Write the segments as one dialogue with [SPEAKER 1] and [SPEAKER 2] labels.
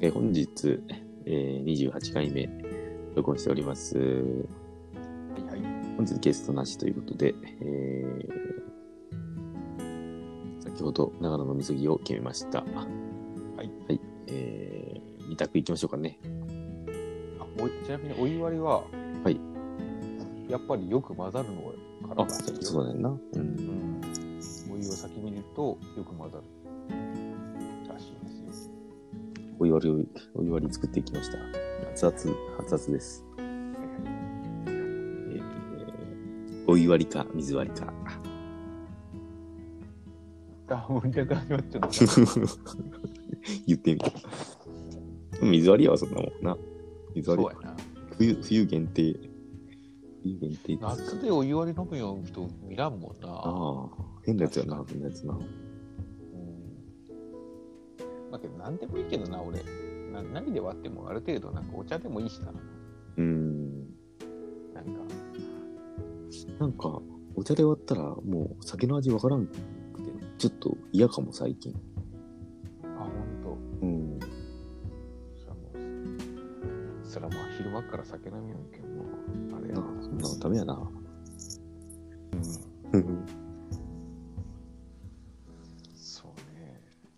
[SPEAKER 1] えー本日、えー28回目、録音しております。
[SPEAKER 2] はいはい。。
[SPEAKER 1] 本日ゲストなしということで、えー先ほど長野の水着を決めました。はいはい。えー、2択いきましょうかね。
[SPEAKER 2] あおちなみにお湯割りは、
[SPEAKER 1] はい。
[SPEAKER 2] やっぱりよく混ざるのが
[SPEAKER 1] あ、
[SPEAKER 2] 体がいいよ
[SPEAKER 1] そうだよな。うん
[SPEAKER 2] う。ん。お湯を先に入れるとよく混ざるらしいですよ。
[SPEAKER 1] お湯割りを、お湯割り作っていきました。熱々、熱々です。
[SPEAKER 2] はいはい。
[SPEAKER 1] えーお湯割りか、水割りか。
[SPEAKER 2] あ、盛り上がり始まっちゃった。
[SPEAKER 1] 言ってみた。水割りはそんなもんな。水
[SPEAKER 2] そう
[SPEAKER 1] 割り
[SPEAKER 2] やな。
[SPEAKER 1] 冬冬限定。冬限定です
[SPEAKER 2] 夏でお湯割り飲むような人見らんもん
[SPEAKER 1] あ
[SPEAKER 2] な。
[SPEAKER 1] あ、変なやつやな、変なやつな。
[SPEAKER 2] うん。まあけど何でもいいけどな、俺。な何で割ってもある程度なんかお茶でもいいしな。
[SPEAKER 1] うん。
[SPEAKER 2] なんか。
[SPEAKER 1] なんか、お茶で割ったら、もう酒の味わからんくて、ちょっと嫌かも、最近。
[SPEAKER 2] あ、ほんと。
[SPEAKER 1] うん。
[SPEAKER 2] そらもうそらまあ昼間から酒飲みようけどもあれや
[SPEAKER 1] な
[SPEAKER 2] な
[SPEAKER 1] あ、そんなのダメやな。
[SPEAKER 2] うんそ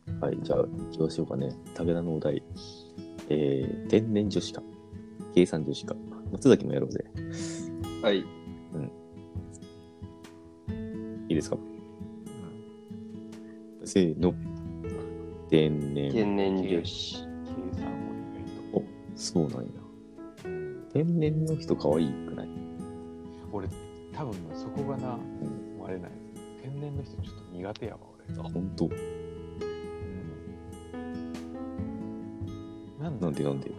[SPEAKER 2] うね
[SPEAKER 1] はい、じゃあ、行きましょうかね。武田のお題。えー、天然女子か、計算女子か。松崎もやろうぜ。
[SPEAKER 2] はい、
[SPEAKER 1] いいですかせーの。天然。
[SPEAKER 3] 天然
[SPEAKER 2] 計
[SPEAKER 3] 女子。
[SPEAKER 2] 算も意外と
[SPEAKER 1] そうなんや。天然の人可愛くない
[SPEAKER 2] 俺多分そこがな
[SPEAKER 1] うん。
[SPEAKER 2] 割れない天然の人ちょっと苦手やわ
[SPEAKER 1] あ、ほんと。
[SPEAKER 2] 俺、なん
[SPEAKER 1] な
[SPEAKER 2] だ
[SPEAKER 1] んでなんで。
[SPEAKER 2] い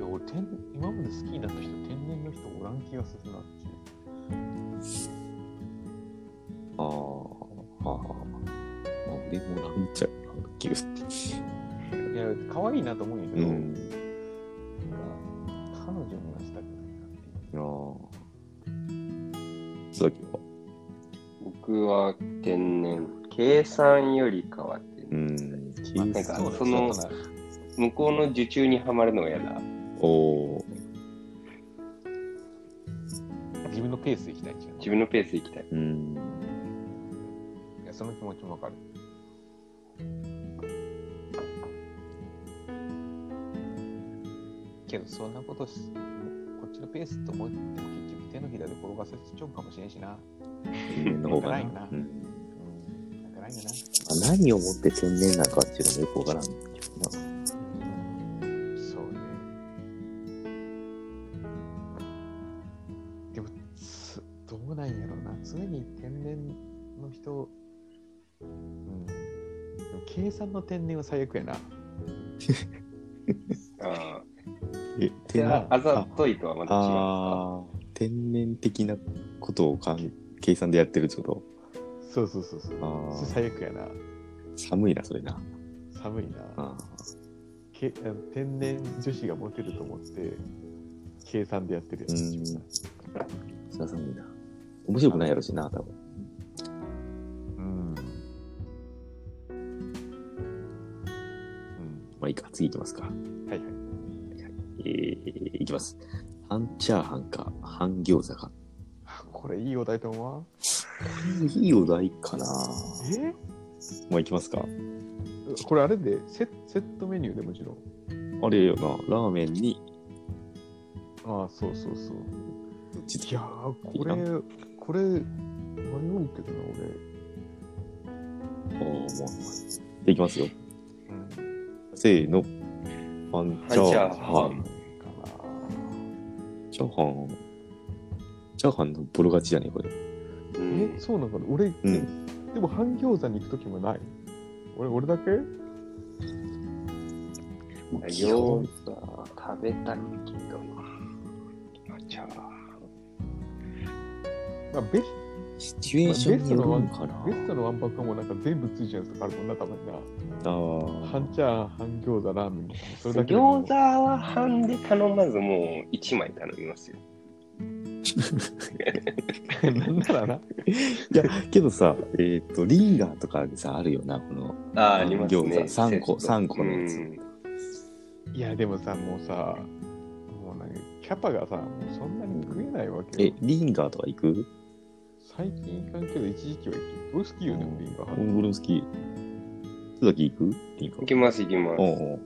[SPEAKER 2] や俺天今まで好きになった人天然の人おらん気がするなっていう
[SPEAKER 1] ああ、はあ、はあ。俺もなんちゃうなんかギュッ
[SPEAKER 2] いや可愛いなと思うんやけ
[SPEAKER 1] う
[SPEAKER 2] ど、
[SPEAKER 1] ん。
[SPEAKER 2] なんか彼女にはしたくないなっていう
[SPEAKER 1] ああ。松崎は。
[SPEAKER 3] 僕は天然。計算よりかは天
[SPEAKER 1] う
[SPEAKER 3] 然。
[SPEAKER 1] ん。
[SPEAKER 2] なん
[SPEAKER 3] な
[SPEAKER 2] か
[SPEAKER 3] ん
[SPEAKER 2] そ
[SPEAKER 3] か
[SPEAKER 2] う
[SPEAKER 3] その
[SPEAKER 2] だよ
[SPEAKER 3] 向こうの受注にはまるのが嫌だ。
[SPEAKER 1] おー。
[SPEAKER 2] 自分のペースで行きたいんじゃん
[SPEAKER 3] 自分のペースで行きたい。
[SPEAKER 1] うん。
[SPEAKER 2] いやその気持ちもわかるけどそんなことしこっちのペースと思っても結局手のひらで転がせちゃうかもしれんしな
[SPEAKER 1] 天然の方が
[SPEAKER 2] なんかない
[SPEAKER 1] な
[SPEAKER 2] な。
[SPEAKER 1] うん
[SPEAKER 2] うんだからいいんじゃ
[SPEAKER 1] まあ何をもって天然なのかっていうのもよくわからんけどな。
[SPEAKER 2] ないそうねでもつどうなんやろうな常に天然の人うんでも計算の天然は最悪やな
[SPEAKER 3] あ
[SPEAKER 1] え、
[SPEAKER 3] ー
[SPEAKER 1] 天然
[SPEAKER 3] あざといとはまた違う。
[SPEAKER 1] あー天然的なことをかん計算でやってるってこと
[SPEAKER 2] そうそうそうそう
[SPEAKER 1] あー
[SPEAKER 2] それ最悪やな
[SPEAKER 1] 寒いなそれな
[SPEAKER 2] 寒いな
[SPEAKER 1] あ
[SPEAKER 2] けあの天然女子がモテると思って計算でやってるやつ、
[SPEAKER 1] うんーそれは寒いな面白くないやろしな多分
[SPEAKER 2] うん
[SPEAKER 1] まあいいか次行きますか
[SPEAKER 2] うんはいはい
[SPEAKER 1] えー、いきます半チャーハンか半餃子か
[SPEAKER 2] あこれいいお題と思わん
[SPEAKER 1] いいお題かな
[SPEAKER 2] え
[SPEAKER 1] まあいきますか
[SPEAKER 2] これあれでセセットメニューでもちろん
[SPEAKER 1] あれよなラーメンに
[SPEAKER 2] ああそうそうそう
[SPEAKER 1] どっち
[SPEAKER 2] いやーこれ
[SPEAKER 1] いい
[SPEAKER 2] これ迷うけどな俺、
[SPEAKER 1] あーもういきますよ
[SPEAKER 2] うん、
[SPEAKER 1] せーの半チャーハン
[SPEAKER 2] か
[SPEAKER 1] チャーハンチャーハンのボロ勝ちじゃねこれ
[SPEAKER 3] う
[SPEAKER 2] なんえそうなのかな俺、
[SPEAKER 1] うん
[SPEAKER 2] でも半餃子に行く時もない俺俺だけ
[SPEAKER 3] 餃子食べたいけどな。じゃ
[SPEAKER 2] まあ、ベス
[SPEAKER 1] シチュエーションによるんかな
[SPEAKER 2] ベストのワンパックはもうなんか全部ついちゃうやつとかあるもんな、たまにな。
[SPEAKER 1] あー
[SPEAKER 2] 半チャー、半餃子、ラーメンも。それ
[SPEAKER 3] あ
[SPEAKER 2] だけでも
[SPEAKER 3] 餃子は半で頼まずもう1枚頼みますよ。
[SPEAKER 2] なんならな。
[SPEAKER 1] いや、 けどさ、えっ、と、リンガーとかでさ、あるよな、この、
[SPEAKER 3] ああ、ありますね。
[SPEAKER 1] 餃子三個
[SPEAKER 3] セット
[SPEAKER 1] 三個のやつ
[SPEAKER 3] うん
[SPEAKER 2] いや、でもさ、もうさ、もうなんかキャパがさ、もうそんなに食えないわけ
[SPEAKER 1] え
[SPEAKER 2] よ。、
[SPEAKER 1] リンガーとか行く
[SPEAKER 2] 最近行かんけど、一時期は行く。俺好きよね、ビンガ
[SPEAKER 1] うん俺も好き。津崎行くリンガ
[SPEAKER 3] 行
[SPEAKER 1] ー。
[SPEAKER 3] きます、行きま
[SPEAKER 1] お
[SPEAKER 3] す。
[SPEAKER 1] うおう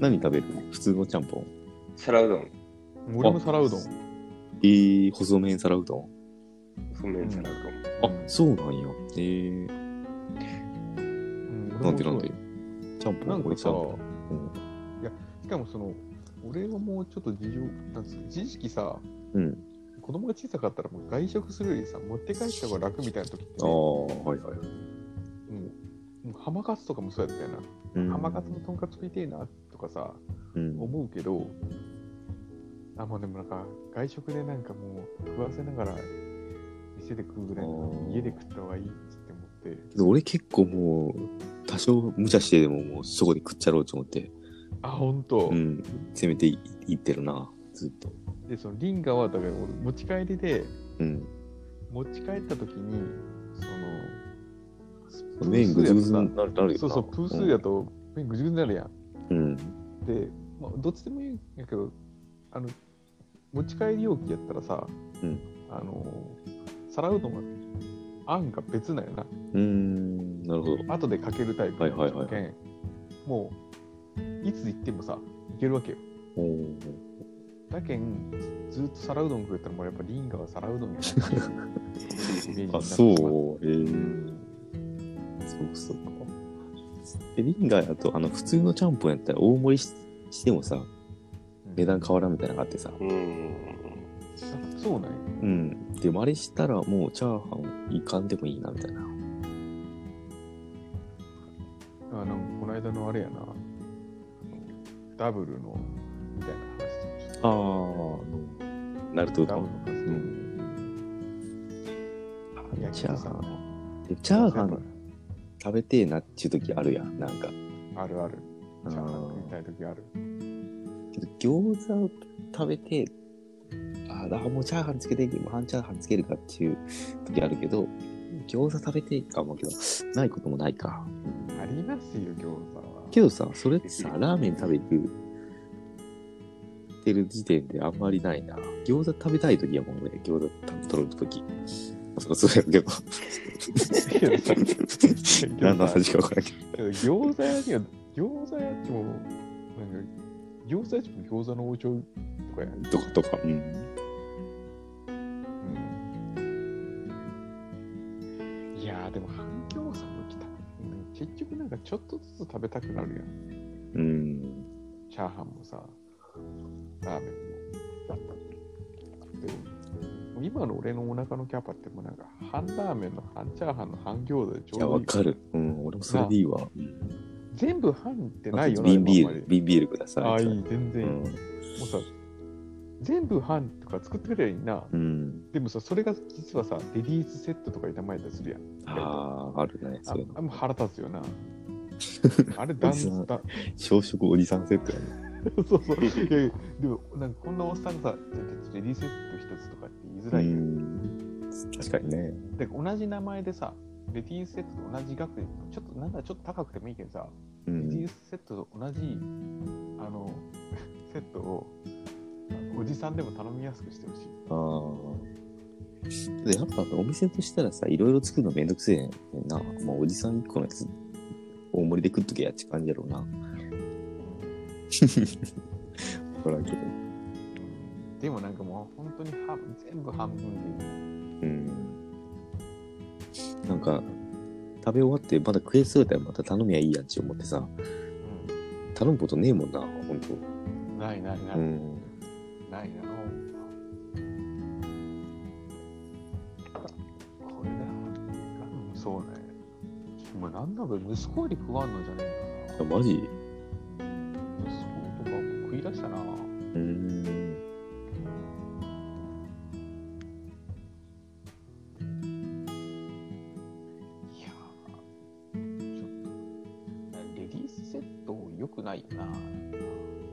[SPEAKER 1] 何食べる普通のちゃんぽん。
[SPEAKER 3] 皿うどん、
[SPEAKER 2] 俺も皿うどん。
[SPEAKER 1] えー、細麺皿うどん。
[SPEAKER 3] そうめん皿うどん。
[SPEAKER 1] あ、そうなんや。えー、
[SPEAKER 2] うん俺も
[SPEAKER 1] なんでなんで
[SPEAKER 2] そう
[SPEAKER 1] ちゃんぽん
[SPEAKER 2] なん
[SPEAKER 1] 俺
[SPEAKER 2] か
[SPEAKER 1] ちゃ
[SPEAKER 2] さ、
[SPEAKER 1] んぽん。
[SPEAKER 2] しかもその、俺はもうちょっと事情、なんつうの一時期さ、
[SPEAKER 1] うん。
[SPEAKER 2] 子供が小さかったらもう外食するよりさ、持って帰った方が楽みたいな時って
[SPEAKER 1] あ
[SPEAKER 2] ね、も
[SPEAKER 1] あ、はいはい。
[SPEAKER 2] う、もう浜カツとかもそうやったよな。
[SPEAKER 1] うん
[SPEAKER 2] 浜カツのとんかつ食いてえなとかさ、
[SPEAKER 1] うん。
[SPEAKER 2] 思うけど、あ、もうでもなんか、外食でなんかもう食わせながら、店で食うぐらいな
[SPEAKER 1] あ
[SPEAKER 2] ら
[SPEAKER 1] ー
[SPEAKER 2] 家で食った方がいいって思って、
[SPEAKER 1] けど俺結構もう、多少無茶してでももうそこで食っちゃろうと思って、
[SPEAKER 2] あ、ほんと、
[SPEAKER 1] うん。せめていいってるな、ずっと。
[SPEAKER 2] で、そのリンガは、だから俺持ち帰りで、
[SPEAKER 1] うん。
[SPEAKER 2] 持ち帰った時に、その、
[SPEAKER 1] 麺ぐずぐず
[SPEAKER 2] プースー
[SPEAKER 1] になる
[SPEAKER 2] やと
[SPEAKER 1] なるよな。
[SPEAKER 2] さそうそう、プースーやと麺ぐずぐずになるやん。
[SPEAKER 1] うん。
[SPEAKER 2] で、まあ、どっちでもいいんやけど、あの、持ち帰り容器やったらさ、
[SPEAKER 1] うん
[SPEAKER 2] あの、皿うどんは、あんが別なんやな。
[SPEAKER 1] うん。うーん、なるほど。
[SPEAKER 2] 後でかけるタイプの
[SPEAKER 1] はいはいはい
[SPEAKER 2] けんもういつ行ってもさいけるわけよ
[SPEAKER 1] おー
[SPEAKER 2] だけんずずっと皿うどん食ったらもうやっぱリンガは皿うどんやなっていうイメージに な
[SPEAKER 1] あ、
[SPEAKER 2] ってし
[SPEAKER 1] そ
[SPEAKER 2] ま
[SPEAKER 1] う。へえそうそうか。え、リンガーやと、あの、普通のちゃんぽんやったら大盛りししてもさ、
[SPEAKER 2] うん
[SPEAKER 1] 値段変わらんみたいなのがあってさ。
[SPEAKER 3] うん。
[SPEAKER 2] あそうなんや
[SPEAKER 1] うん。でもあれしたらもうチャーハンいかんでもいいな、みたいな。
[SPEAKER 2] あなんかこの間のあれやなダブルのみたいな話
[SPEAKER 1] ああ、なると
[SPEAKER 2] ダ
[SPEAKER 1] か
[SPEAKER 2] ブ。ルの話、いや
[SPEAKER 1] チャーハ
[SPEAKER 2] けどさ
[SPEAKER 1] ン。でチャーハン食べてえなっちゅう時あるやん、なんか。
[SPEAKER 2] あるある
[SPEAKER 1] あ
[SPEAKER 2] チャーハン食い
[SPEAKER 1] ー
[SPEAKER 2] たい時ある
[SPEAKER 1] けど餃子を食べて、あーあ、もうチャーハンつけて、半チャーハンつけるかっていう時あるけど、餃子食べてえかもけど、ないこともないか。
[SPEAKER 2] ありますよ餃子は
[SPEAKER 1] けどさ、それってさ、ラーメン食べてるてる時点であんまりないな。餃子食べたい時やもんね、餃子食取る時。まさかそうやけ ど。
[SPEAKER 2] けどさ結局さ
[SPEAKER 1] 何の話か分からんけど。
[SPEAKER 2] けど餃子屋には餃子屋ってもなんか餃子屋っても餃子の王将とかやん、
[SPEAKER 1] とかとか。うん。
[SPEAKER 2] いやーでも反響さんの来た結局なんかちょっとずつ食べたくなるやん
[SPEAKER 1] うん
[SPEAKER 2] チャーハンもさラーメンもでも今の俺のお腹のキャパってもうなんか半ラーメンの半チャーハンの半餃子でちょ
[SPEAKER 1] いうや、
[SPEAKER 2] どい
[SPEAKER 1] わ
[SPEAKER 2] い
[SPEAKER 1] かる。うん、俺もそれでいいわ。
[SPEAKER 2] 全部半って
[SPEAKER 1] あ
[SPEAKER 2] ないよ
[SPEAKER 1] と
[SPEAKER 2] な
[SPEAKER 1] 瓶ビ
[SPEAKER 2] で
[SPEAKER 1] ー
[SPEAKER 2] もあんま
[SPEAKER 1] ル
[SPEAKER 2] り、
[SPEAKER 1] 瓶ビールください。
[SPEAKER 2] ああいい全然
[SPEAKER 1] う
[SPEAKER 2] いい、
[SPEAKER 1] ん
[SPEAKER 2] もうさ全部半とか作ってくれりゃいいな
[SPEAKER 1] うん。
[SPEAKER 2] でもさ、それが実はさ、レディースセットとかに名前たりするやん。
[SPEAKER 1] ああ、あるね。
[SPEAKER 2] あ
[SPEAKER 1] そういうの
[SPEAKER 2] あ。もう腹立つ よな。あれ、ダンス
[SPEAKER 1] おじさん
[SPEAKER 2] だ。
[SPEAKER 1] 朝食おじさんセットやね。
[SPEAKER 2] そうそう。いやいや、でも、なんかこんなおっさんがさ、じゃあレディースセット一つとかって言いづ
[SPEAKER 1] う
[SPEAKER 2] らいよ。
[SPEAKER 1] ん。確かにね。
[SPEAKER 2] で、同じ名前でさ、レディースセットと同じ額で、ちょっと、なんだ、ちょっと高くてもいいけどさ、
[SPEAKER 1] う
[SPEAKER 2] レディー
[SPEAKER 1] ん。
[SPEAKER 2] スセットと同じ、あの、 セットを、あのおじさんでも頼みやすくしてほしい。
[SPEAKER 1] ああ。で、やっぱお店としたらさ、いろいろ作るのめんどくせえな。もうおじさん一個のやつ、大盛りで食っとけやって感じやろうな。わからんけど。
[SPEAKER 2] うんでもなんかもう、本当に半全部半分でいい。
[SPEAKER 1] うん。なんか、食べ終わってまだ食えそうやったらまた頼みゃいいやんち思ってさ、
[SPEAKER 2] うん
[SPEAKER 1] 頼むことねえもんな、ほんと。
[SPEAKER 2] ないないない、
[SPEAKER 1] うん。
[SPEAKER 2] ないなこれだうんそうねお前なんだろう息子より食わんのじゃねえ
[SPEAKER 1] あ
[SPEAKER 2] かな
[SPEAKER 1] マジ
[SPEAKER 2] 息子とかも食い出したな
[SPEAKER 1] うん。
[SPEAKER 2] いやーちょっとレディースセット良くないよな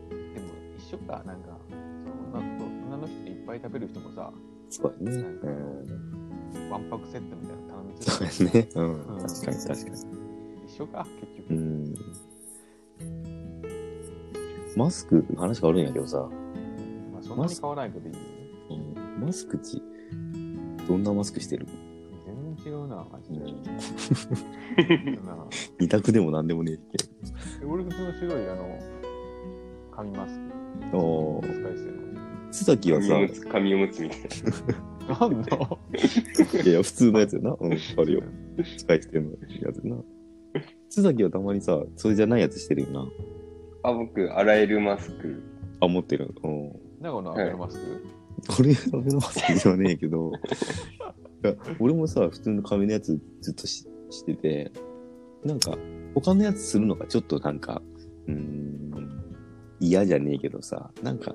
[SPEAKER 2] でも一緒かなんかその女の女の人でいっぱい食べる人もさ
[SPEAKER 1] そうやね。
[SPEAKER 2] なんかあのわんぱくセットみたいなの頼みづらい
[SPEAKER 1] そうやね。うん
[SPEAKER 2] うん。
[SPEAKER 1] 確かに確かに。
[SPEAKER 2] 一緒か結局、
[SPEAKER 1] うん。マスクの話変わるんやけどさ、
[SPEAKER 2] まあ、そんなに買わないけどいいよ
[SPEAKER 1] うんマスクち、どんなマスクしてる
[SPEAKER 2] 全然違うな、マジで。 な
[SPEAKER 1] 二択でもなんでもねえって。
[SPEAKER 2] 俺普通の白いあの、紙マスク。
[SPEAKER 1] おー
[SPEAKER 2] 使いしてるの。
[SPEAKER 1] 須崎はさ、
[SPEAKER 3] 紙おむつ、紙おむつみたい
[SPEAKER 2] なんだ
[SPEAKER 1] いやいや、普通のやつよな。うん、あるよ。使い捨てのやつよな。須崎はたまにさ、それじゃないやつしてるよな。
[SPEAKER 3] な。あ、僕、洗えるマスク。
[SPEAKER 1] あ、持ってる。うん。
[SPEAKER 2] 名古屋のアベノマスク。
[SPEAKER 1] 俺が俺のマスクじゃねえけ どいや俺もさ普通の髪のやつずっとししててなんか他のやつするのがちょっとなんかうーん嫌じゃねえけどさなんか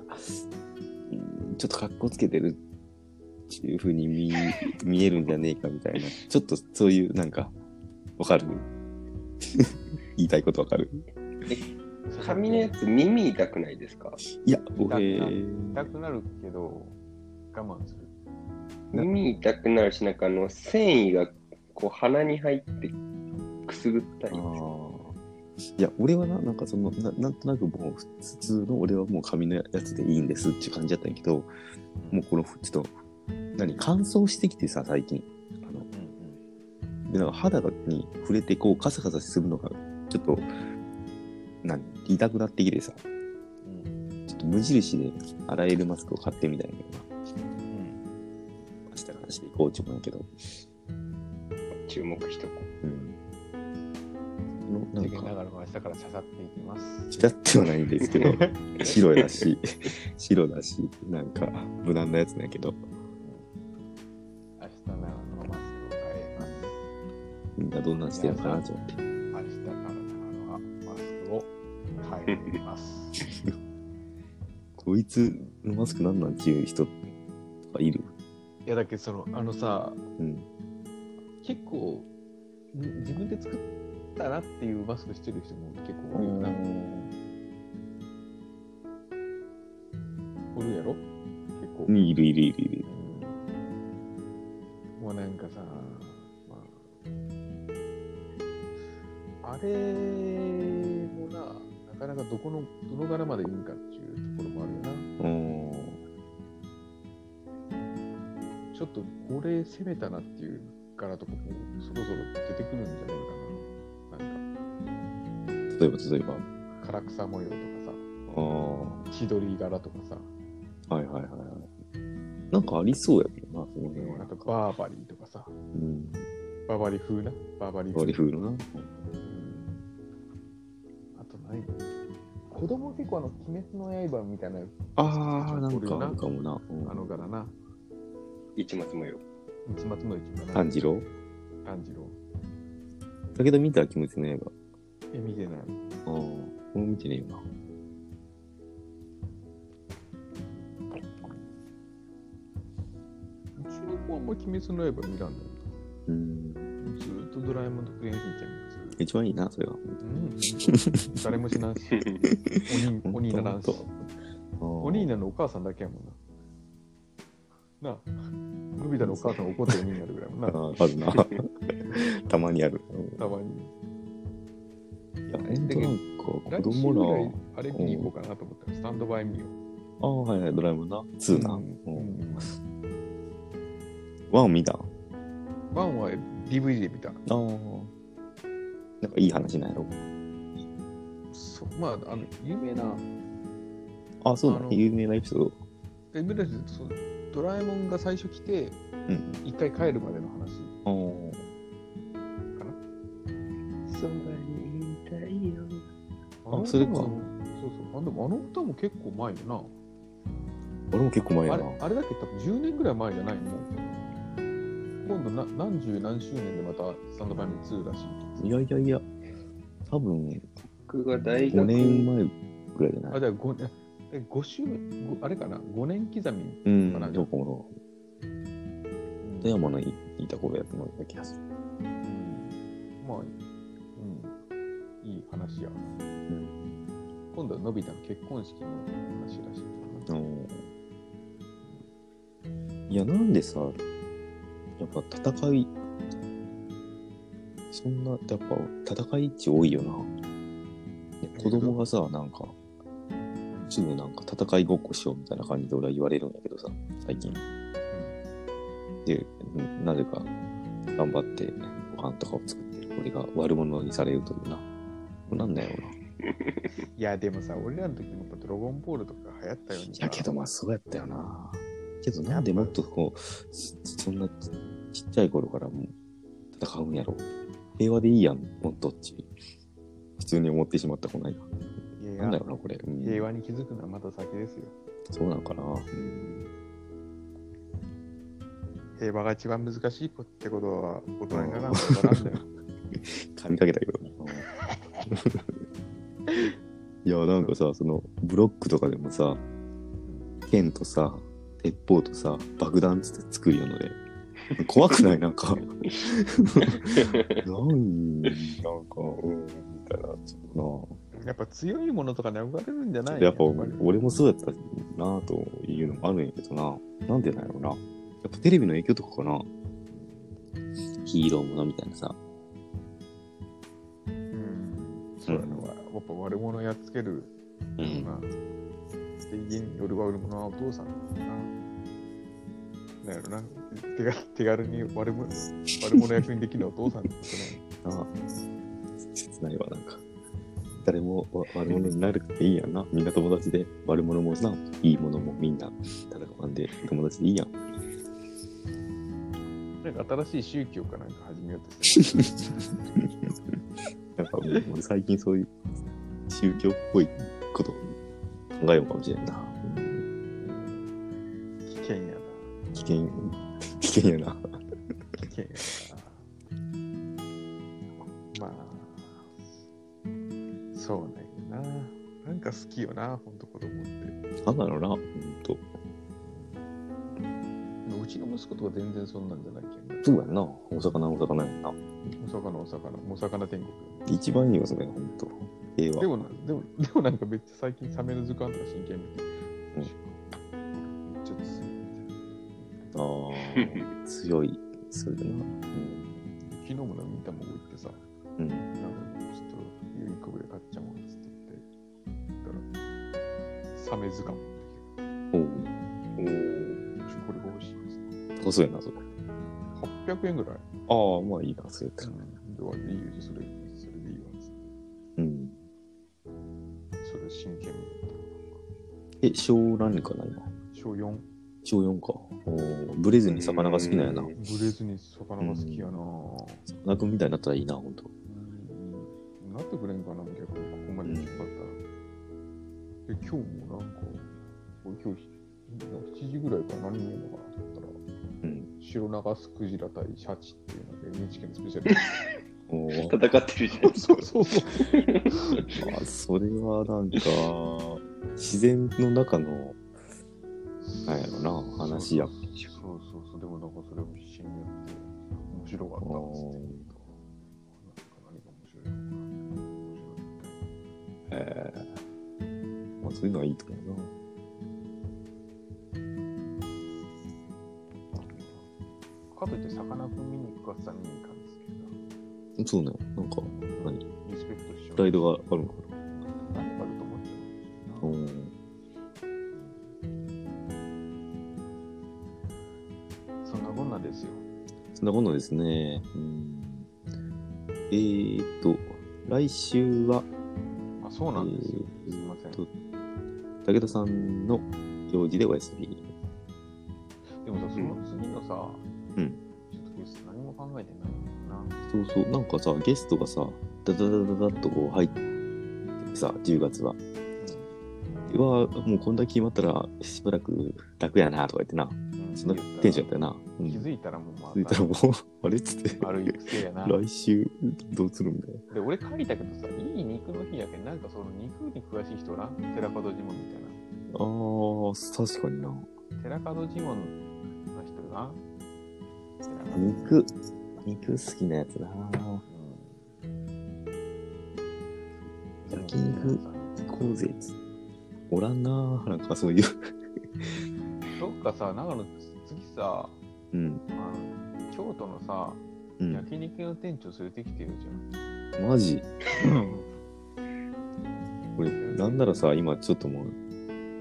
[SPEAKER 1] うーんちょっと格好つけてるっていう風に見見えるんじゃねえかみたいなちょっとそういうなんかわかる 言いたいことわかる
[SPEAKER 3] 紙のやつ、耳痛くないですか
[SPEAKER 1] いや
[SPEAKER 2] 痛くな
[SPEAKER 1] 俺
[SPEAKER 2] 痛くなるけど、我慢する。
[SPEAKER 3] 耳痛くなるし、なんかあの、繊維がこう鼻に入ってくすぐったり。
[SPEAKER 1] いや俺はななんかそのななんとなくもう普通の俺はもう紙のやつでいいんですっていう感じだったんやけどもうこのちょっと何乾燥してきてさ最近あの
[SPEAKER 2] うん
[SPEAKER 1] でなんか肌に触れてこうカサカサするのがちょっと何痛くなってきてさ
[SPEAKER 2] うんうん
[SPEAKER 1] ちょっと無印で洗えるマスクを買ってみたいな
[SPEAKER 2] うん
[SPEAKER 1] 明日からしていこうって思うんやけど、
[SPEAKER 3] 注目しとこう。
[SPEAKER 1] うん、のな
[SPEAKER 2] 世
[SPEAKER 1] ん
[SPEAKER 2] 間な
[SPEAKER 1] か
[SPEAKER 2] がらも明日から刺さっていきます。
[SPEAKER 1] 嫌ってはないんですけ ど白だし白だしなんか無難なやつなんやけど
[SPEAKER 2] 明日ならのマスクを買えます。
[SPEAKER 1] みんなどんなんしてるのかなと思って。
[SPEAKER 2] 明日から長野はマスクを買えます。
[SPEAKER 1] こいつのマスクなんなんっていう人とかいる
[SPEAKER 2] いやだけどそのあのさ
[SPEAKER 1] うん。
[SPEAKER 2] 結構ん自分で作ったなっていうマスクしてる人も結構多いよな。おるやろ結構。
[SPEAKER 1] いるいるいるいる。
[SPEAKER 2] もうなんかさ、まあ、あれもな、なかなかどこの、どの柄までいいんかっていうところもあるよな。
[SPEAKER 1] うん。
[SPEAKER 2] ちょっとこれ攻めたなっていう柄とかもそろそろ出てくるんじゃないかな。なん
[SPEAKER 1] 例えば例えば。
[SPEAKER 2] か、唐草模様とか
[SPEAKER 1] ああ。
[SPEAKER 2] さ、千鳥柄とかさ、
[SPEAKER 1] はいはいはいはい。なんかありそうやけどな、その辺は。
[SPEAKER 2] なんかバーバリーとかさ、
[SPEAKER 1] うん。
[SPEAKER 2] バーバリー風な、バーバリー
[SPEAKER 1] 割
[SPEAKER 2] 風
[SPEAKER 1] り風のな。
[SPEAKER 2] あとない子供結構あの、鬼滅の刃みたいな
[SPEAKER 1] ああ、なん
[SPEAKER 2] これな
[SPEAKER 1] かあるかもな。うん
[SPEAKER 2] あの柄な、
[SPEAKER 3] 一松模様。
[SPEAKER 2] 一松の一かな、
[SPEAKER 1] 炭治郎
[SPEAKER 2] 炭治郎。
[SPEAKER 1] だけど見たら気持ちの刃。
[SPEAKER 2] え、見てない。
[SPEAKER 1] ああ。これ見てねえよ
[SPEAKER 2] うちの子はあんま鬼滅の刃見らんない。
[SPEAKER 1] な。うん。
[SPEAKER 2] ずーっとドラえもんとクレヨンしんちゃん見てる
[SPEAKER 1] 一番いいな、それは。
[SPEAKER 2] うん、誰も知らんし、鬼 鬼ならんし
[SPEAKER 1] ほんと。
[SPEAKER 2] 鬼
[SPEAKER 1] な。
[SPEAKER 2] なのお母さんだけやもんな。なあ、のび太のお母さん怒って鬼になるぐらいもんな、
[SPEAKER 1] ああるな。 たまにある。うん
[SPEAKER 2] たまに。
[SPEAKER 1] いや、エンドなんか子供
[SPEAKER 2] 来週ぐらい
[SPEAKER 1] ら。
[SPEAKER 2] あれ見に行こうかなと思ったら、スタンドバイミーを。
[SPEAKER 1] ああ、はいはい、ドラえもんな。2な。
[SPEAKER 2] う
[SPEAKER 1] うん
[SPEAKER 2] ん
[SPEAKER 1] ワン見たあ
[SPEAKER 2] ワンは DVD で見た。
[SPEAKER 1] あ。なんかいい話なんやろ。
[SPEAKER 2] そまあ、あの有名な、
[SPEAKER 1] あそうな
[SPEAKER 2] あ
[SPEAKER 1] の
[SPEAKER 2] の
[SPEAKER 1] 有名なエピソード。
[SPEAKER 2] エムラジそうドラえもんが最初来て、
[SPEAKER 1] うん。
[SPEAKER 2] 一回帰るまでの話。
[SPEAKER 1] あー
[SPEAKER 3] そばにいたいよ。
[SPEAKER 2] あの歌も
[SPEAKER 1] それか
[SPEAKER 2] そうそう。あでもあの歌も結構前よ
[SPEAKER 1] 俺も結構前
[SPEAKER 2] な。あ
[SPEAKER 1] や
[SPEAKER 2] れ
[SPEAKER 1] な。
[SPEAKER 2] あれだけ多分10年ぐらい前じゃないの今度な何十何周年でまたスタンドバイミー2らしい。
[SPEAKER 1] いやいやいや。多分、
[SPEAKER 3] 僕が大
[SPEAKER 1] 5
[SPEAKER 3] 学
[SPEAKER 1] 年前ぐらいじゃな
[SPEAKER 2] あ、
[SPEAKER 1] い
[SPEAKER 2] じゃあ5年、え5周年、ごあれかな ?5 年刻み。
[SPEAKER 1] うん
[SPEAKER 2] まあなん。か
[SPEAKER 1] どこも
[SPEAKER 2] うん
[SPEAKER 1] 富山のいいた頃やったのだ気がする。
[SPEAKER 2] うんまあ、うん、いい話や。
[SPEAKER 1] うん。
[SPEAKER 2] 今度はのび太の結婚式の話らしいか
[SPEAKER 1] あーいや、なんでさ、やっぱ戦い、そんな、やっぱ戦いっち多いよな。いや子供がさ、なんか、すぐなんか戦いごっこしようみたいな感じで俺は言われるんだけどさ、最近。で、うんなぜか頑張ってご飯とかを作ってる俺が悪者にされるというな。なんだよな。
[SPEAKER 2] いや、でもさ、俺らの時もやっぱドラゴンボールとか流行ったよね。
[SPEAKER 1] いやけどまあそうやったよな。けどなんでもっとこう、そそんなちちっちゃい頃からもう戦うんやろ。平和でいいやん、もっとっていう。普通に思ってしまったこないだ。
[SPEAKER 2] いやい
[SPEAKER 1] なんだ
[SPEAKER 2] や
[SPEAKER 1] よな、これ。うん
[SPEAKER 2] 平和に気づくのはまた先ですよ。
[SPEAKER 1] そうなんかな。
[SPEAKER 2] 平和が一番難しいことってことは、大人にならんと分からんだよ。
[SPEAKER 1] 噛みかけたけど。いや、なんかさ、その、ブロックとかでもさ、剣とさ、鉄砲とさ、爆弾つって作るよので。怖くないなん か。なん、なんか、うん、みたいな、ちょ
[SPEAKER 2] やっぱ強いものとかに憧れるんじゃ
[SPEAKER 1] っとな。ちょ
[SPEAKER 2] な
[SPEAKER 1] っ
[SPEAKER 2] い
[SPEAKER 1] とやっぱ、
[SPEAKER 2] り
[SPEAKER 1] 俺もそうやったなというのもあるんやけどな。なんでなんやろうな。やっぱテレビの影響とかかな。ヒーローものみたいなさ。
[SPEAKER 2] うん。そういうのは、やっぱ悪者やっつける
[SPEAKER 1] う
[SPEAKER 2] の
[SPEAKER 1] ん。
[SPEAKER 2] が、で家に夜は悪者はお父さんだな。だよな。手が手軽に悪者悪者役にできるお父さんってことね。
[SPEAKER 1] なあ切ないわなんか誰もわ悪者になるっていいやんなみんな友達で悪者もさいいものもみんな戦わんで友達でいいやん
[SPEAKER 2] なんか新しい宗教かなんか始めようとして
[SPEAKER 1] な
[SPEAKER 2] る。
[SPEAKER 1] んかもう俺最近そういう宗教っぽいこと考えようかもしれんなうん
[SPEAKER 2] 危険や
[SPEAKER 1] 危険危険やな
[SPEAKER 2] な。危険やな。まあ、そうだよな。なんか好きよな、ほんと子供って。
[SPEAKER 1] なんだろうなほんと
[SPEAKER 2] うちの息子とか全然そんなんじゃないけんな。
[SPEAKER 1] そうやんなお魚お魚やんな
[SPEAKER 2] お魚、お魚、お魚天国。
[SPEAKER 1] 一番いいよそれほんと平
[SPEAKER 2] で
[SPEAKER 1] 和
[SPEAKER 2] もな、でも、でもなんかめっちゃ最近サメの図鑑とか真剣に見て。
[SPEAKER 1] う
[SPEAKER 2] め
[SPEAKER 1] ん
[SPEAKER 2] っちゃ強いみたいな。
[SPEAKER 1] あー強いそれでなうん
[SPEAKER 2] 昨日もなんか見たもん行ってさ。
[SPEAKER 1] うん
[SPEAKER 2] なんかちょっと指くぐれ買っちゃおうっつって言って、だから、サメ図鑑持っ
[SPEAKER 1] お
[SPEAKER 2] て
[SPEAKER 1] う
[SPEAKER 3] おー
[SPEAKER 2] きて、ちょこれが欲しいっつって
[SPEAKER 1] 高そうやなそれ
[SPEAKER 2] 800円ぐらい。
[SPEAKER 1] ああまあいいなそれやったら
[SPEAKER 2] で、あいいよ、それ、それでいいわっつって、
[SPEAKER 1] うん。
[SPEAKER 2] それ真剣にや
[SPEAKER 1] え、小何かな、今。
[SPEAKER 2] った。小4、
[SPEAKER 1] 小4か。おーブレずに魚が好きなんやな
[SPEAKER 3] う。ん
[SPEAKER 2] ブレずに魚が好きやなぁ。
[SPEAKER 1] さかなクンみたいになったらいいな、ほんと。
[SPEAKER 2] うんなってくれんかな、逆にここまで引っ張ったら。で、今日もなんか、俺今日7時ぐらいから何見えるのかなと思ったら、
[SPEAKER 1] うん。
[SPEAKER 2] 白長スクジラ対シャチっていうので NHK のスペシャル。
[SPEAKER 1] おー
[SPEAKER 3] 戦ってるじ
[SPEAKER 2] そう そうそう。
[SPEAKER 1] あそれはなんか、 自然の中の、なんやろな、話や。
[SPEAKER 2] そうそうそう、でもなんかそれを必死にやって、面白かったっつって。
[SPEAKER 1] おー
[SPEAKER 2] なんか何が面白いのかな。面白いみたい
[SPEAKER 1] えーまあ、そういうのはいいと思うな。
[SPEAKER 2] な。かといって、さかなクン見に行くかさ、見に行かんですけど、
[SPEAKER 1] そうね、なんか、何
[SPEAKER 2] リスペクトしちゃう。
[SPEAKER 1] プライドがあるのかな。
[SPEAKER 2] 何かあると思っちゃう
[SPEAKER 1] う
[SPEAKER 2] な。
[SPEAKER 1] ん。
[SPEAKER 2] そんなこんなですよ。
[SPEAKER 1] そんなことですね。うん。えーっと、来週は、
[SPEAKER 2] あ、そうなんですよ。
[SPEAKER 1] えー
[SPEAKER 2] すいません。
[SPEAKER 1] と武田さんの用事でお休み。
[SPEAKER 2] でもさ、その次のさ、
[SPEAKER 1] うん
[SPEAKER 2] ちょっとこいつ何も考えてないんだよな。
[SPEAKER 1] そうそう、なんかさ、ゲストがさ、ダダダダダっとこう入ってさ、10月は。うわもうこんだけ決まったら、しばらく楽やなとか言ってな。
[SPEAKER 2] うん
[SPEAKER 1] そんなテンションやったよな。うん、
[SPEAKER 2] 気
[SPEAKER 1] 気
[SPEAKER 2] づいたらもうま
[SPEAKER 1] づいたらもう、あ れっつって、
[SPEAKER 2] た悪い癖や な。
[SPEAKER 1] 来週どうするみたいな。
[SPEAKER 2] で、俺書いたけどさ、いい肉の日やけん、なんかその肉に詳しい人な、寺門ジモンみたい
[SPEAKER 1] あー、確かにな。
[SPEAKER 2] な。寺門ジモンの人な。寺門
[SPEAKER 1] 肉、肉好きなやつな。
[SPEAKER 2] うん
[SPEAKER 1] 焼肉行こうぜっつって。おらんななんかそういう。
[SPEAKER 2] どっかさ、長野、次さ、
[SPEAKER 1] うん。
[SPEAKER 2] あの京都のさ、
[SPEAKER 1] うん。
[SPEAKER 2] 焼肉の店長連れてきてるじ
[SPEAKER 1] マジ
[SPEAKER 2] ゃん。
[SPEAKER 1] 俺、なんならさ、今ちょっともう、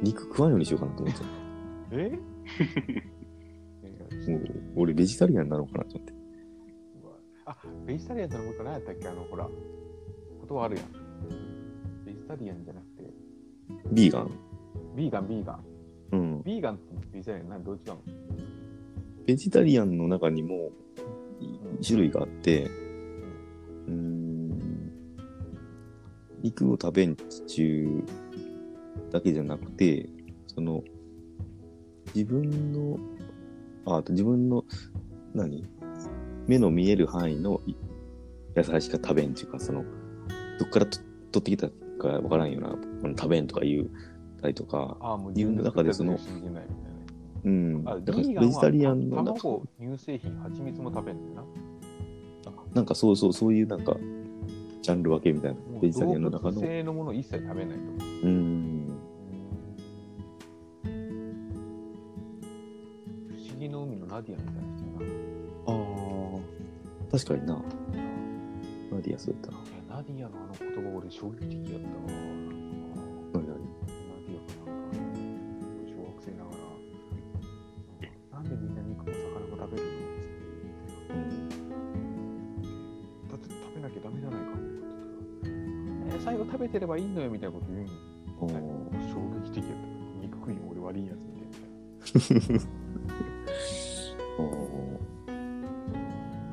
[SPEAKER 1] 肉食わんようにしようかなと思っちゃう。
[SPEAKER 2] え
[SPEAKER 1] もう俺ベジタリアンなのかなと思って。
[SPEAKER 2] あ、ベジタリアンじゃなくて何やったっけあの、ほら、ことはあるやん。ベジタリアンじゃなくて、
[SPEAKER 1] ビーガン
[SPEAKER 2] ビーガン、ビーガン。
[SPEAKER 1] うん。
[SPEAKER 2] ビーガンとベジタリアン、なんどう違うの
[SPEAKER 1] ベジタリアンの中にもい種類があって、うーん、肉を食べん中だけじゃなくて、その、自分の、ああと自分の、何目の見える範囲のい野菜しか食べんっていうか、その、どっからと取ってきたかわからんようなもの食べんとか言うたりとか、
[SPEAKER 2] ああ、もう
[SPEAKER 1] 自分の中でその
[SPEAKER 2] 自分の中で信じないみたいな
[SPEAKER 1] うん、だ
[SPEAKER 2] あ
[SPEAKER 1] から
[SPEAKER 2] ビーガ
[SPEAKER 1] ベ
[SPEAKER 2] ン
[SPEAKER 1] ジタリアン
[SPEAKER 2] は
[SPEAKER 1] の中
[SPEAKER 2] 卵、乳製品、蜂蜜も食べるんだよ
[SPEAKER 1] なんかそうそう、そういうなんか、ジャンル分けみたいな
[SPEAKER 2] な。も。う
[SPEAKER 1] ベジタリアンの中
[SPEAKER 2] 動
[SPEAKER 1] の。う
[SPEAKER 2] 物性のものを一切食べないと。
[SPEAKER 1] ーん。
[SPEAKER 2] 不思議の海のナディアみたいな人い
[SPEAKER 1] ああ。確かにな。ナディアそうだったな。
[SPEAKER 2] たな。いや、ナディアのあの言葉俺衝撃的だったわ。な
[SPEAKER 1] 何々
[SPEAKER 2] んかナディアかなんか、小学生ながら、なんでみんな肉も魚も食べるのつってだって食べなきゃダメじゃないかって言ってた。野菜を食べてればいいのよみたいなこと言うん
[SPEAKER 1] お
[SPEAKER 2] はい
[SPEAKER 1] ー
[SPEAKER 2] 衝撃的やった。肉食いも俺悪いやつみたいな。
[SPEAKER 1] お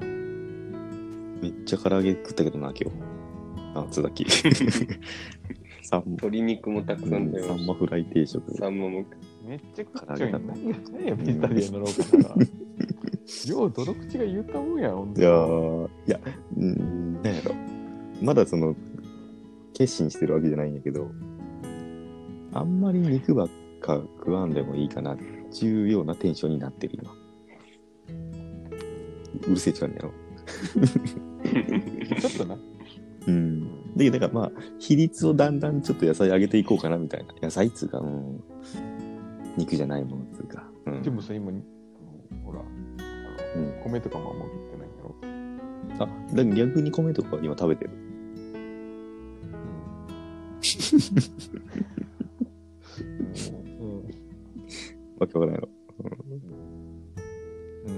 [SPEAKER 1] ーめっちゃ唐揚げ食ったけどな、今日。夏だ き。サン
[SPEAKER 3] 鶏肉もたくさん食べ
[SPEAKER 1] サ
[SPEAKER 3] ま
[SPEAKER 1] ン
[SPEAKER 3] し
[SPEAKER 1] マフライ定食。
[SPEAKER 3] た。サンマも
[SPEAKER 2] めっちゃ食っちゃうやん。
[SPEAKER 1] 唐
[SPEAKER 2] 何が何や、ベジタリアンのローカルよう、泥口が言ったもんや、ほん
[SPEAKER 1] い
[SPEAKER 2] と
[SPEAKER 1] やー、いや、うーん、なんやろ。まだその、決心してるわけじゃないんやけど、あんまり肉ばっか食わんでもいいかなっていうようなテンションになってる今。うるせえちゃうんやろ。
[SPEAKER 2] ちょっとな。
[SPEAKER 1] うん。で、なんかまあ、比率をだんだんちょっと野菜上げていこうかなみたいな。野菜っつうか、うん。肉じゃないものっつうか。う
[SPEAKER 2] で
[SPEAKER 1] ん。
[SPEAKER 2] もさ、今、あのほら、あ
[SPEAKER 1] うん、
[SPEAKER 2] の米とかもあんま食ってないんやろ。
[SPEAKER 1] あ、でも逆に米とか今食べてる。
[SPEAKER 2] うん。
[SPEAKER 1] わけわからんやろ。
[SPEAKER 2] う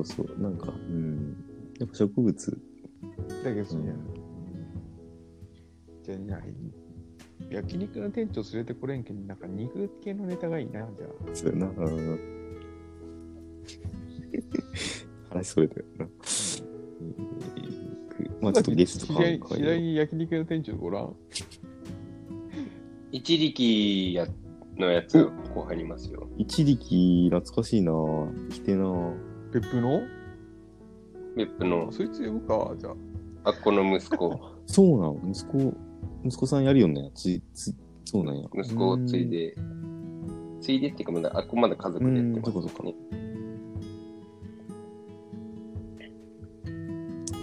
[SPEAKER 2] ん。
[SPEAKER 1] そうそう。なんか、うん。やっぱ植物
[SPEAKER 2] だけど、
[SPEAKER 1] うん
[SPEAKER 2] いやじゃあ、いや焼肉の店長連れてこれんけん、なんか肉系のネタがいいな、じゃあ。
[SPEAKER 1] そうやな。うん。話それだよな。まあちょっとゲスト
[SPEAKER 2] 知り合い
[SPEAKER 1] 考え
[SPEAKER 2] 知り合いに焼肉の店長ごらん。
[SPEAKER 3] 一力やのやつが後半にいますよ。
[SPEAKER 1] 一力懐かしいなぁ。来てなぁ。
[SPEAKER 2] 別府の
[SPEAKER 3] 別府の
[SPEAKER 2] そいつ呼ぶか、じゃあ。
[SPEAKER 3] あっこの息子、
[SPEAKER 1] そうなん息子、息子さんやるよね。つ、つ、そうなんや。
[SPEAKER 3] 息子を継いで、継いでっていうか、まだあっこまだ家族でやってます、ね。
[SPEAKER 1] うんそっかそっう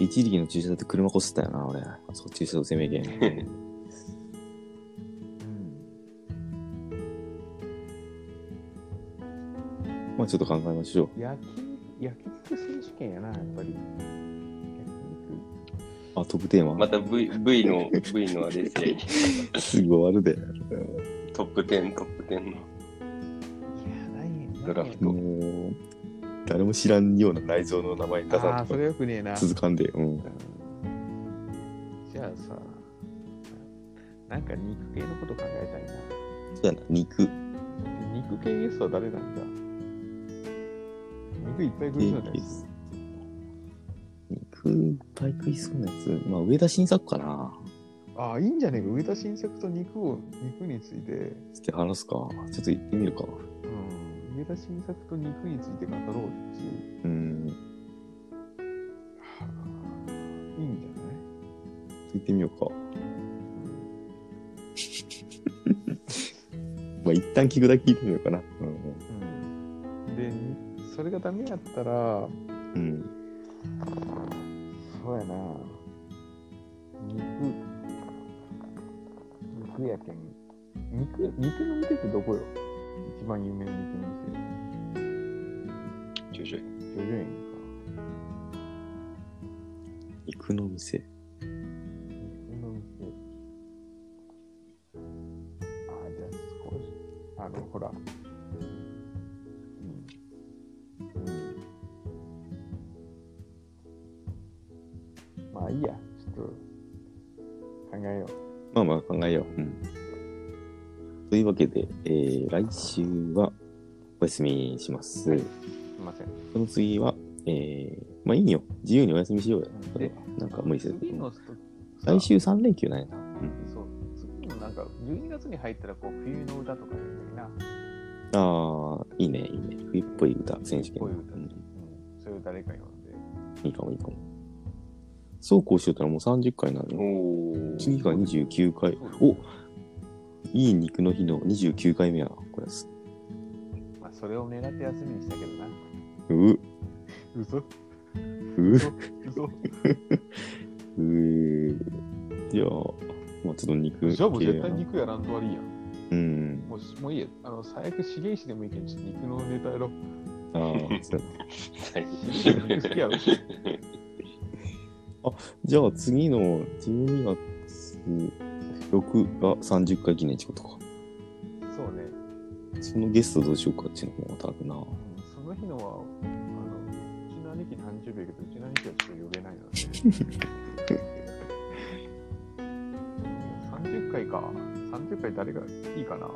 [SPEAKER 1] ん。一力の駐車場で車こすったよな、俺。あそこ駐車場攻め げん。まあちょっと考えましょう。
[SPEAKER 2] 焼き焼肉選手権やな、やっぱり。焼
[SPEAKER 1] あ、トップテーマ。
[SPEAKER 3] また V, v の V のあれですね。
[SPEAKER 1] すぐ終わるで。
[SPEAKER 3] トップ10、トップ10の。
[SPEAKER 2] 肉。いや、ない
[SPEAKER 3] ドラフト
[SPEAKER 1] もう、誰も知らんような内臓の名前出
[SPEAKER 2] あ
[SPEAKER 1] さ
[SPEAKER 2] あ、
[SPEAKER 1] ん
[SPEAKER 2] そ
[SPEAKER 1] とか
[SPEAKER 2] れよくねえな。
[SPEAKER 1] 続かんで。うん。
[SPEAKER 2] うんじゃあさ、なんか肉系のこと考え
[SPEAKER 1] そうやな、肉。
[SPEAKER 2] たいな。肉系ゲストは誰なんだ肉いっぱい食いそうなやつ。
[SPEAKER 1] 肉いっぱい食いそうなやつ。まあ、上田新作かな。
[SPEAKER 2] ああ、いいんじゃねえか。上田新作と肉を、肉について、
[SPEAKER 1] つって話すか。ちょっと行ってみるか。
[SPEAKER 2] うん、上田新作と肉について語ろうっていう。
[SPEAKER 1] うん。
[SPEAKER 2] いいんじゃない
[SPEAKER 1] 行ってみようか。まあ、一旦聞くだけ聞いてみようかな。
[SPEAKER 2] うんでそれがダメやったら
[SPEAKER 1] うん。うん。
[SPEAKER 2] そうやな肉肉やけん肉肉の店ってどこよ一番有名な肉の
[SPEAKER 3] ちょいちょい
[SPEAKER 2] 店叙々苑か
[SPEAKER 1] 肉の店。
[SPEAKER 2] 肉の店あじゃあほら。うん。うん。まあいいや、ちょっと考えよう。
[SPEAKER 1] まあまあ考えよう。うん、というわけで、えー来週はお休みします。
[SPEAKER 2] すいません。
[SPEAKER 1] その次は、えーまあいいよ。自由にお休みしようよ。それはなんか無理せず。
[SPEAKER 2] 次のさ
[SPEAKER 1] 来週3連休なんやな。
[SPEAKER 2] そう、次のなんか、12月に入ったらこう冬の歌とかやりたいな。
[SPEAKER 1] ああ、いいね、いいね。冬っぽい歌、選手権。
[SPEAKER 2] こういう歌、
[SPEAKER 1] う
[SPEAKER 2] うんん、それを誰か呼んで。
[SPEAKER 1] いいかも、いいかも。そうこうしてたらもう30回になる
[SPEAKER 3] お
[SPEAKER 1] の。
[SPEAKER 3] お。
[SPEAKER 1] 次が29回
[SPEAKER 2] そう。
[SPEAKER 1] おいい肉の日の29回目やな、これ。
[SPEAKER 2] まあ、それを狙って休みにしたけどな。
[SPEAKER 1] うう、
[SPEAKER 2] 嘘
[SPEAKER 1] う
[SPEAKER 2] 嘘
[SPEAKER 1] うーじゃあ、まあ、ちょっと肉
[SPEAKER 2] じゃあもう絶対
[SPEAKER 1] な
[SPEAKER 2] 肉やらんと悪いやん。
[SPEAKER 1] うん。
[SPEAKER 2] もうしもういいや。あの、最悪、資源師でもいいけど、ちょっと肉のネ タやろう。
[SPEAKER 1] あーそう
[SPEAKER 3] はい
[SPEAKER 2] 資源師好きやろ。
[SPEAKER 1] じゃあ次の12月6が30回記念ってことか。
[SPEAKER 2] そうね。
[SPEAKER 1] そのゲストどうしようかっていうのもまたあるな。
[SPEAKER 2] うんその日のは、あの、うちの兄貴誕生日やけど、うちの兄貴はちょっと呼べないので。30回か。30回誰がいいかな。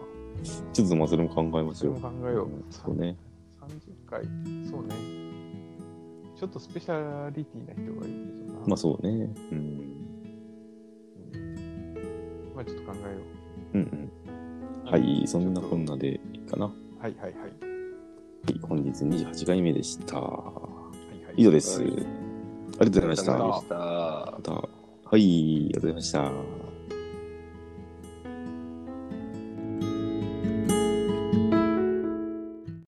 [SPEAKER 1] ちょっとまあそれも考えま
[SPEAKER 2] そ
[SPEAKER 1] しょ
[SPEAKER 2] れ
[SPEAKER 1] う
[SPEAKER 2] も。考えよう。
[SPEAKER 1] そうね。
[SPEAKER 2] 30回、そうね。ちょっとスペシャリティな人がいるけどな。
[SPEAKER 1] まあそうね。うん。
[SPEAKER 2] うんまあちょっと考えよ
[SPEAKER 1] うんう
[SPEAKER 2] う。
[SPEAKER 1] ん。はい、そんな
[SPEAKER 2] ちょっ
[SPEAKER 1] こ
[SPEAKER 2] と
[SPEAKER 1] んなでいいかな。は
[SPEAKER 2] はいはいはい。
[SPEAKER 1] い、本日28回目でした。
[SPEAKER 2] はいはい、
[SPEAKER 1] 以上です。あ
[SPEAKER 3] はい
[SPEAKER 1] りがとうございました。
[SPEAKER 3] ありがとうござい
[SPEAKER 1] ま
[SPEAKER 3] ました。
[SPEAKER 1] た、はい、ありがとうございました。